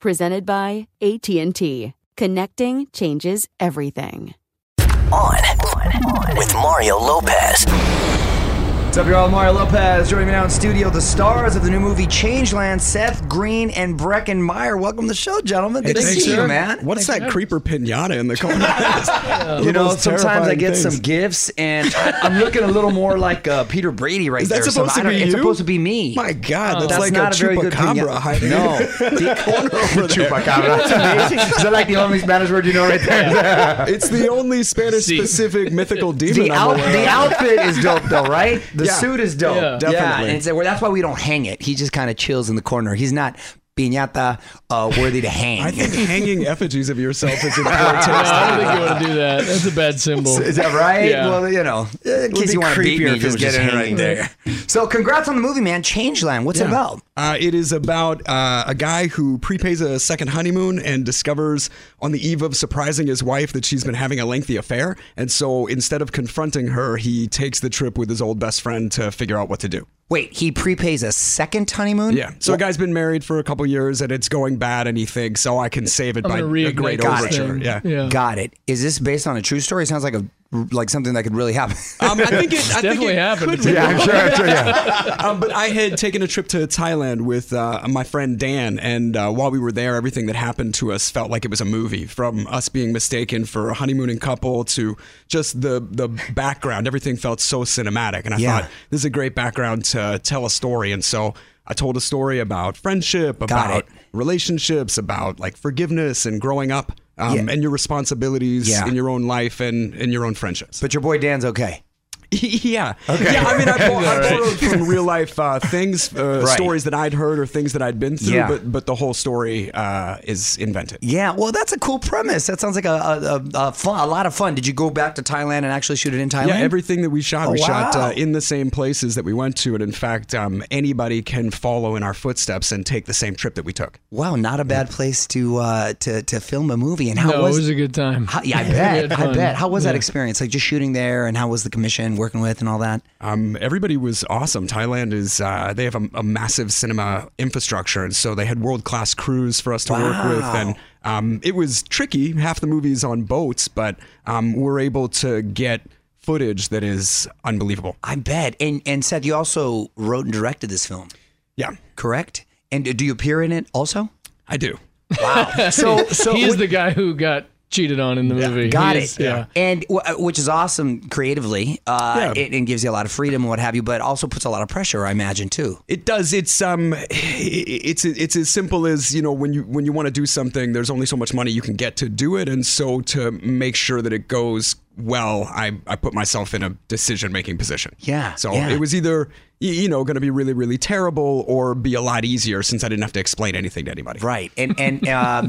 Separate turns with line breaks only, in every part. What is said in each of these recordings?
presented by AT&T. Connecting changes everything.
On, on with Mario Lopez.
What's up, y'all? Mario Lopez joining me now in studio. The stars of the new movie Changeland, Seth Green and Brecken Meyer. Welcome to the show, gentlemen. Good to see you, man.
What's that creeper pinata in the corner?
you know, sometimes I get some gifts, and I'm looking a little more like uh, Peter Brady right
Is
there.
that supposed
so I
to be
don't- It's
you?
supposed to be me.
My God, that's,
That's
like
not
a
a very good
chupacabra
piñata.
hiding
No.
in the corner over there.
Chupacabra. That's amazing. Is that like the only Spanish word you know right there?
It's the only Spanish-specific mythical demon
The,
I'm
out,
aware
the
of.
outfit is dope though, right? The
Yeah.
suit is dope.
Yeah.
Definitely.
and it's, well, that's why we don't hang it. He just kind of chills in the corner. He's not piñata uh, worthy to hang.
I think hanging effigies of yourself is in poor taste.
No, I don't think you want to do that. That's a bad symbol.
is that right?
Yeah.
Well, you know, uh, in
would
case you
be
want to beat
creepier
me,
if it
just
was
get
just
in right
hanging.
there. So, congrats on the movie, man. Changeland. What's it about?
Uh, it is about uh, a guy who prepays a second honeymoon and discovers on the eve of surprising his wife that she's been having a lengthy affair. And so instead of confronting her, he takes the trip with his old best friend to figure out what to do.
Wait, he prepays a second honeymoon?
Yeah. So a guy's been married for a couple years and it's going bad, and he thinks, oh, I can save it
I'm
by
gonna
a
reignite
great
this
overture.
thing.
Yeah.
yeah.
Got it. Is this based on a true story? It sounds like a like something that could really happen.
Um, I think it I think
Definitely
it
happened.
could
Yeah,
be-
I'm sure. I'm sure yeah.
um, but I had taken a trip to Thailand with uh, my friend Dan, and uh, while we were there, everything that happened to us felt like it was a movie. From us being mistaken for a honeymooning couple to just the the background, everything felt so cinematic. And I
Yeah.
thought this is a great background to tell a story. And so I told a story about friendship,
it.
about relationships, about like forgiveness and growing up, um,
Yeah.
and your responsibilities
Yeah.
in your own life and in your own friendships.
But your boy Dan's okay.
Yeah. Yeah. I mean, I, bor- I borrowed from real life uh, things, uh,
Right.
stories that I'd heard or things that I'd been through,
Yeah.
but but the whole story uh, is invented.
Yeah, well, that's a cool premise. That sounds like a a, a, a, fun, a lot of fun. Did you go back to Thailand and actually shoot it in Thailand?
Yeah, everything that we shot,
Oh,
we shot
wow.
uh, in the same places that we went to, and in fact, um, anybody can follow in our footsteps and take the same trip that we took.
Wow, not a bad place to uh, to to film a movie. And how
No,
was
it was a good time.
How, yeah, I
We had
bet. I
fun.
bet. How was that
Yeah.
experience? Like just shooting there, and how was the commission working with and all that?
Um, everybody was awesome. Thailand is uh, they have a, a massive cinema infrastructure, and so they had world class crews for us to work with.
Wow.
And um, it was tricky. Half the movies on boats, but um, we're able to get footage that is unbelievable.
I bet. And and Seth, you also wrote and directed this film,
Yeah,
correct? And do you appear in it also?
I do.
Wow. so so
he is
when-
the guy who got cheated on in the movie.
Got
He
it.
is- Yeah.
And w- uh, which is awesome creatively. Uh,
Yeah.
it, and gives you a lot of freedom and what have you, but also puts a lot of pressure, I imagine, too.
It does. It's um, i- i- it's it's as simple as you know when you when you want to do something, there's only so much money you can get to do it, and so to make sure that it goes well, I I put myself in a decision making position.
Yeah,
So
yeah.
it was either y- you know going to be really really terrible or be a lot easier since I didn't have to explain anything to anybody.
Right. And and um,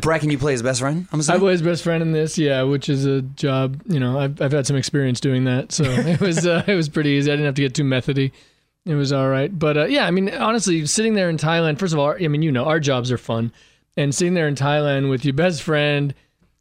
Brecken, you play his best friend. I'm
I
assuming.
play his best friend in this, yeah, which is a job. You know, I've, I've had some experience doing that, so it was uh, it was pretty easy. I didn't have to get too methody. It was all right, but uh, yeah, I mean, honestly, sitting there in Thailand. First of all, I mean, you know, our jobs are fun, and sitting there in Thailand with your best friend,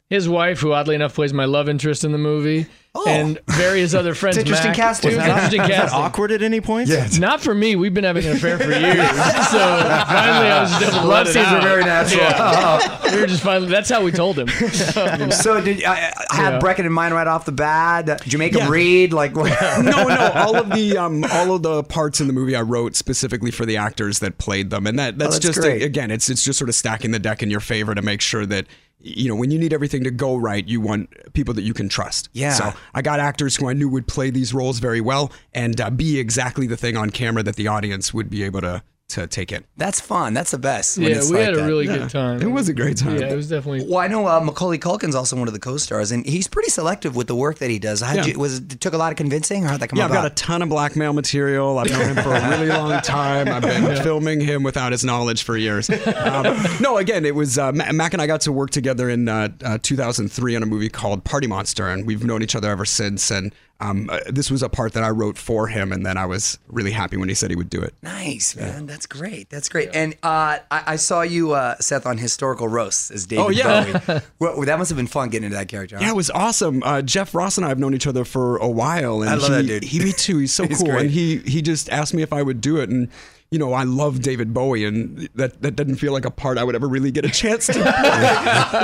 his wife, who oddly enough plays my love interest in the movie,
Oh.
and various other friends.
interesting
Mac.
casting.
It was
Was that-
interesting
Is that
casting.
awkward at any point? Yeah.
Not for me. We've been having an affair for years, so finally I was just able to
Love
let it
scenes
out.
are very natural.
Yeah. we were just finally. That's how we told him.
So did I, I have
Yeah.
Brecken in mind right off the bat? Did you make him
Yeah.
read? Like what?
no, no. All of the um, all of the parts in the movie I wrote specifically for the actors that played them, and that
Oh,
that's,
that's
just
great.
again, it's it's just sort of stacking the deck in your favor to make sure that you know when you need everything to go right, you want people that you can trust.
Yeah.
So I got actors who I knew would play these roles very well and uh, be exactly the thing on camera that the audience would be able to to take in.
That's fun. That's the best.
yeah,
it's
we
like
had a
that.
really
Yeah.
good time.
It was a great time.
Yeah, it was definitely.
Well, I know uh, Macaulay Culkin's also one of the co-stars, and he's pretty selective with the work that he does. How'd
Yeah.
you, was it took a lot of convincing, or how'd that come
Yeah, I've
about?
got a ton of blackmail material. I've known him for a really long time. I've been filming him without his knowledge for years. Um, no, again, it was uh, Ma- Mac and I got to work together in uh, uh, 2003 on a movie called Party Monster, and we've known each other ever since. And um, uh, this was a part that I wrote for him, and then I was really happy when he said he would do it.
Nice, man. That's great. That's great. And uh, I, I saw you, uh, Seth, on historical roasts as David
Oh, yeah.
Bowie. well, that must have been fun getting into that character.
Yeah,
huh?
it was awesome. Uh, Jeff Ross and I have known each other for a while, and
I love
he,
that dude.
He, me too. He's so
He's
cool,
great.
and he he just asked me if I would do it, and you know I love David Bowie, and that that doesn't feel like a part I would ever really get a chance to. play.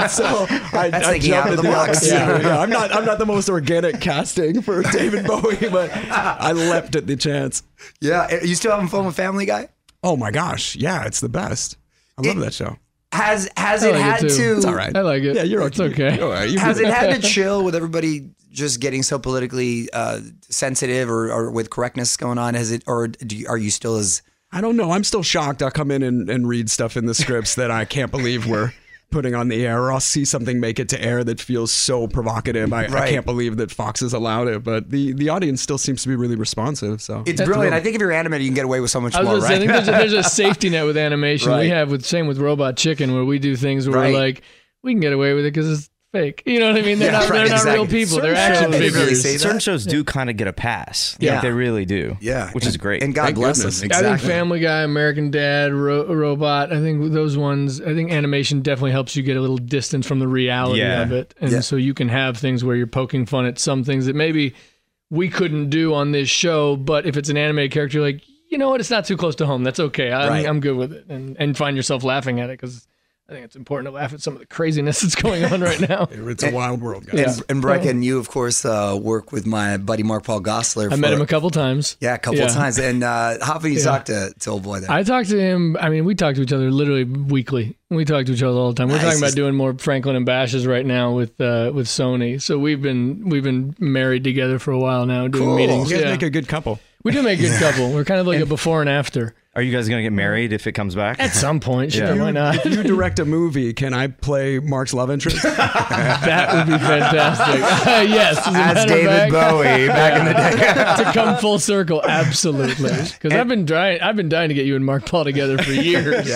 so I,
That's
I
thinking
jumped
out of
at
the box.
Yeah, yeah, I'm not I'm not the most organic casting for David Bowie, but I leapt at the chance.
Yeah. Are You still having fun with Family Guy?
Oh my gosh, yeah, it's the best. I love that show.
Has has
I
it
like it
had
too.
to?
It's
All right,
I like it.
Yeah, you're
It's
okay.
okay.
You're all right. You-
Has it had to chill with everybody just getting so politically uh, sensitive, or, or with correctness going on? Has it, or do you, are you still as
I don't know. I'm still shocked. I come in and, and read stuff in the scripts that I can't believe we're putting on the air, or I'll see something make it to air that feels so provocative. I, I
Right.
can't believe that Fox has allowed it, but the, the audience still seems to be really responsive. So
It's brilliant. I think if you're animated, you can get away with so much
I was
more,
gonna say, I
right?
think there's a, there's a safety net with animation
Right.
we have with same with Robot Chicken where we do things where
Right.
we're like we can get away with it because it's fake. You know what I mean? They're
Yeah,
not
right,
they're not
exactly.
real people.
Certain
They're action
shows- They really
figures.
say
Certain
that.
shows do kind of get a pass. Like,
Yeah.
they really do. Which is great.
And God
Thank
bless
goodness.
them.
I think Family Guy, American Dad, Ro- Robot. I think those ones. I think animation definitely helps you get a little distance from the reality
Yeah.
of it, and
Yeah.
so you can have things where you're poking fun at some things that maybe we couldn't do on this show. But if it's an animated character, you're like you know what, it's not too close to home. That's okay. I'm,
Right.
I'm good with it, and and find yourself laughing at it because I think it's important to laugh at some of the craziness that's going on right now.
it's a wild world, guys.
And, and Brecken, you of course uh, work with my buddy Mark Paul Gossler.
I met him a couple times.
yeah, a couple
Yeah.
times. And uh, how often you talk to, to old boy there?
I talked to him. I mean, we talk to each other literally weekly. We talk to each other all the time. We're
Nice.
talking about doing more Franklin and Bashes right now with uh, with Sony. So we've been we've been married together for a while now, doing
Cool.
You
meetings.
guys
Yeah.
make a good couple.
we do make a good couple. We're kind of like a before and after.
Are you guys going to get married if it comes back?
At some point, sure, why not?
If you direct a movie, can I play Mark's love interest?
that would be fantastic. yes, as, a
As
matter of
David
fact,
Bowie back in the day.
to come full circle, absolutely. Because I've been dying, I've been dying to get you and Mark Paul together for years.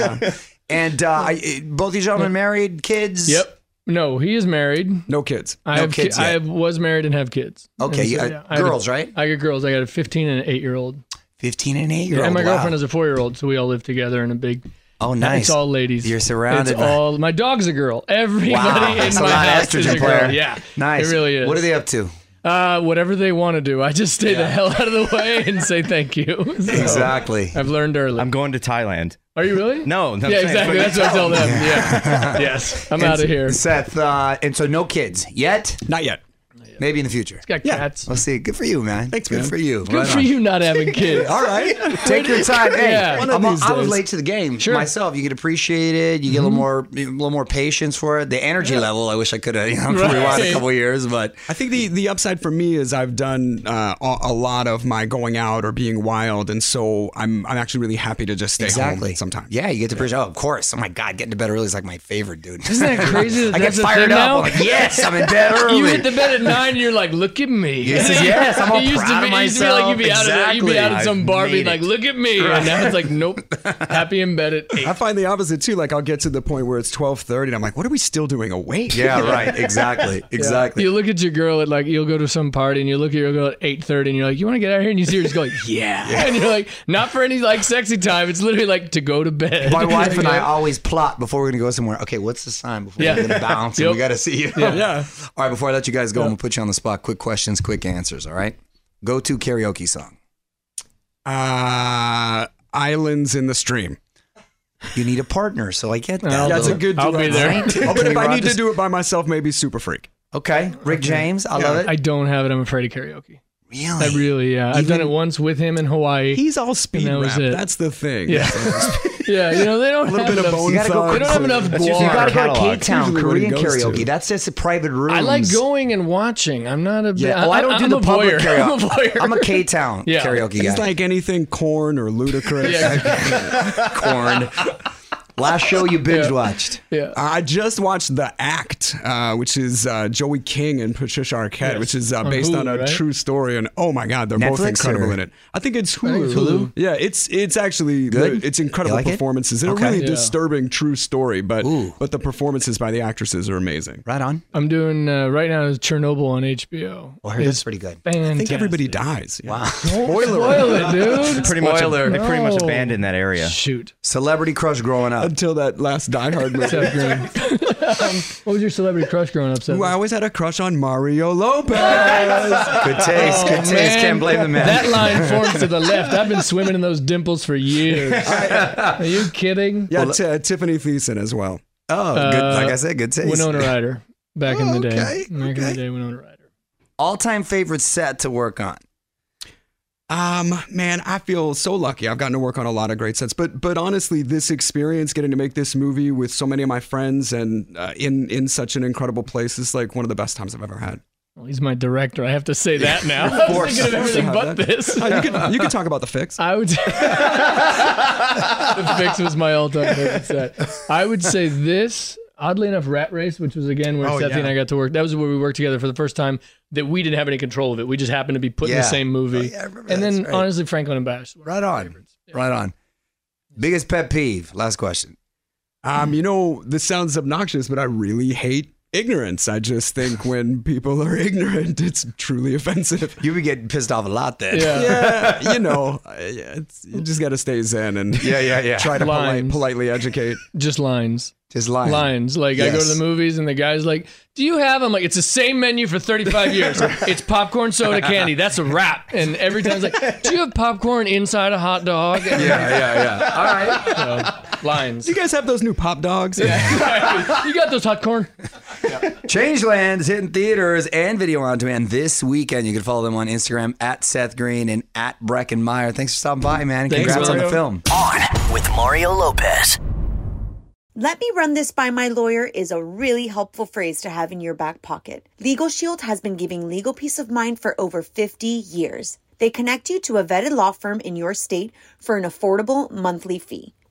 And uh, I, both these gentlemen married, kids.
Yep. No, he is married.
No kids.
I
No
have
kids
ki- I
yet.
have- was married and have kids.
Okay,
And
you- uh,
I have
girls,
a-
right?
I got girls. I got a 15 and an 8 year old.
15 and 8 year old.
And my
wow.
girlfriend is a 4 year old, so we all live together in a big.
Oh, nice.
It's all ladies.
You're surrounded
It's
by-
all. My dog's a girl. Everybody
Wow,
in
that's a
my
lot of
house is
estrogen
a girl.
player.
Yeah.
Nice.
It really is.
What are they up to?
Uh, whatever they want to do. I just stay the hell out of the way and say thank you. So,
Exactly.
I've learned early.
I'm going to Thailand.
Are you really?
No, no,
yeah,
I'm saying-
exactly. That's what I tell them. Yeah. yes. I'm out of here.
Seth, uh, and so no kids yet?
Not yet.
Maybe in the future. It's
got cats.
We'll see. Good for you, man.
Thanks,
Good
man.
for you.
Good
Right
for
on.
you not having kids.
All right. Take your time. Hey,
Yeah.
I'm-
One of these
I was
days.
late to the game
Sure. Mm-hmm.
myself. You get appreciated. You get a little more, a little more patience for it. The energy level. I wish I could have you know,
Right.
rewind a couple years, but
I think the, the upside for me is I've done uh, a a lot of my going out or being wild, and so I'm I'm actually really happy to just stay
exactly.
home sometimes.
Yeah, you get to appreciate. Oh, of course. Oh my God, getting to bed early is like my favorite, dude.
Isn't that crazy? That
I get
that's a
fired
thing
up.
Now?
I'm like, yes, I'm in bed early.
You hit the bed at nine, and you're like, "Look at me!"
Yes, yes, I'm all
It used
proud
to
of
be, it used to be like you'd be
myself.
out at you'd be out at
Exactly.
some bar,
I've
being
made
like,
it.
"Look at me!" And now it's like, "Nope, happy in bed at eight.
I find the opposite too. Like I'll get to the point where it's twelve thirty, and I'm like, "What are we still doing awake?"
yeah, right. Exactly. Exactly.
You look at your girl at like you'll go to some party and you look at your girl at eight thirty and you're like, you want to get out of here? And you see her just go like, yeah. and you're like, not for any like sexy time. It's literally like to go to bed.
My wife and I always plot before we're gonna go somewhere. Okay, what's the sign before
Yeah.
we're gonna bounce? and
Yep.
We gotta see you.
Yeah. Yeah.
All right, before I let you guys go, I'm gonna put you on the spot. Quick questions, quick answers. All right. Go to karaoke song.
Uh, islands in the stream.
You need a partner, so I get that.
That's a good.
I'll be
dilemma.
there.
Oh, but if
Kenny
I need
Rogers.
to do it by myself, maybe Super Freak.
Okay, Rick James, I love it.
I don't have it. I'm afraid of karaoke.
really?
I really, yeah. I've done it once with him in Hawaii.
He's all speed
that was
rap.
it.
That's the thing.
yeah, yeah. You know they don't
A little
have
bit of
enough-
Bone
You gotta go
Thugs.
They don't have enough
That's usually
You
bar.
our
gotta go to
catalog.
Cape Town
Usually what he
Korean
goes to.
karaoke. That's just a private room.
I like going and watching. I'm not a big.
Yeah. Oh, I don't do
I'm
the
a
public
voyeur.
karaoke.
I'm a voyeur.
I'm a K Town
Yeah.
karaoke guy.
It's like anything corn or ludicrous.
yeah,
corn. Last show you binge watched.
yeah.
I just watched The Act, uh, which is uh, Joey King and Patricia Arquette,
Yes.
which is uh,
On
based
Hulu,
on a
right?
true story, and oh my god, they're both
Netflix
incredible
or-
in it. I think it's Hulu.
think it's Hulu.
Yeah, it's it's actually
Good?
It's incredible
You like it?
performances and
Okay.
a really
Yeah.
disturbing true story, but
Ooh.
but the performances by the actresses are amazing.
Right on.
I'm doing uh, right now is Chernobyl on HBO.
Well, Oh, I heard
It's
that's pretty good.
Fantastic.
I think everybody dies. Yeah.
Wow.
Spoiler, Spoil it, dude.
Pretty much,
Spoiler.
they pretty much
No.
abandoned that area.
Shoot.
Celebrity crush growing up.
Until that last Die Hard movie.
Seth Green. Um, what was your celebrity crush growing up, Seth?
Ooh, I always had a crush on Mario Lopez.
Good taste.
Oh,
good taste.
man.
Can't blame the man.
That line forms to the left. I've been swimming in those dimples for years. Are you kidding?
yeah, t- uh, Tiffany Thiessen as well.
oh, good,
Uh,
like I said, good taste.
Winona Ryder. Back in the day.
Oh, Okay,
Back in
okay.
the day, Winona Ryder.
All-time favorite set to work on.
Um, man, I feel so lucky. I've gotten to work on a lot of great sets, but but honestly, this experience, getting to make this movie with so many of my friends and uh, in in such an incredible place, is like one of the best times I've ever had.
Well, he's my director. I have to say that now. Of
course.
I'm thinking of
Of course
everything
you
but
have that.
this.
Uh, you could you could talk about the fix.
I would. the fix was my all-time favorite set. I would say this. Oddly enough, Rat Race, which was again where
Oh,
Seth
yeah.
and I got to work. That was where we worked together for the first time. That we didn't have any control of it. We just happened to be put in
Yeah.
the same movie.
Oh, yeah, I remember
and
that.
then
That's right.
honestly, Franklin and Bash.
Right on. Right on. Biggest pet peeve. Last question.
Um, you know, this sounds obnoxious, but I really hate ignorance. I just think when people are ignorant, it's truly offensive.
You be getting pissed off a lot then.
Yeah.
Yeah, you know, uh, yeah, it's, you just got to stay zen and
Yeah, yeah, yeah.
try to polite,
Lines.
politely educate.
Just lines.
Just lying.
Lines. Like I go to
Yes.
the movies and the guy's like, "Do you have?" I'm like, "It's the same menu for 35 years. it's popcorn, soda, candy. That's a wrap." And every time it's like, "Do you have popcorn inside a hot dog?"
Yeah, yeah, yeah. All right.
So, lines.
Do you guys have those new pop dogs? Yeah.
you got those hot corn?
Changelands hitting theaters and video on demand this weekend. You can follow them on Instagram at Seth Green and at Brecken Meyer. Thanks for stopping by, man.
Thanks,
Congrats on the
Mario.
film.
On with Mario Lopez.
Let me run this by my lawyer is a really helpful phrase to have in your back pocket. Legal Shield has been giving legal peace of mind for over 50 years. They connect you to a vetted law firm in your state for an affordable monthly fee.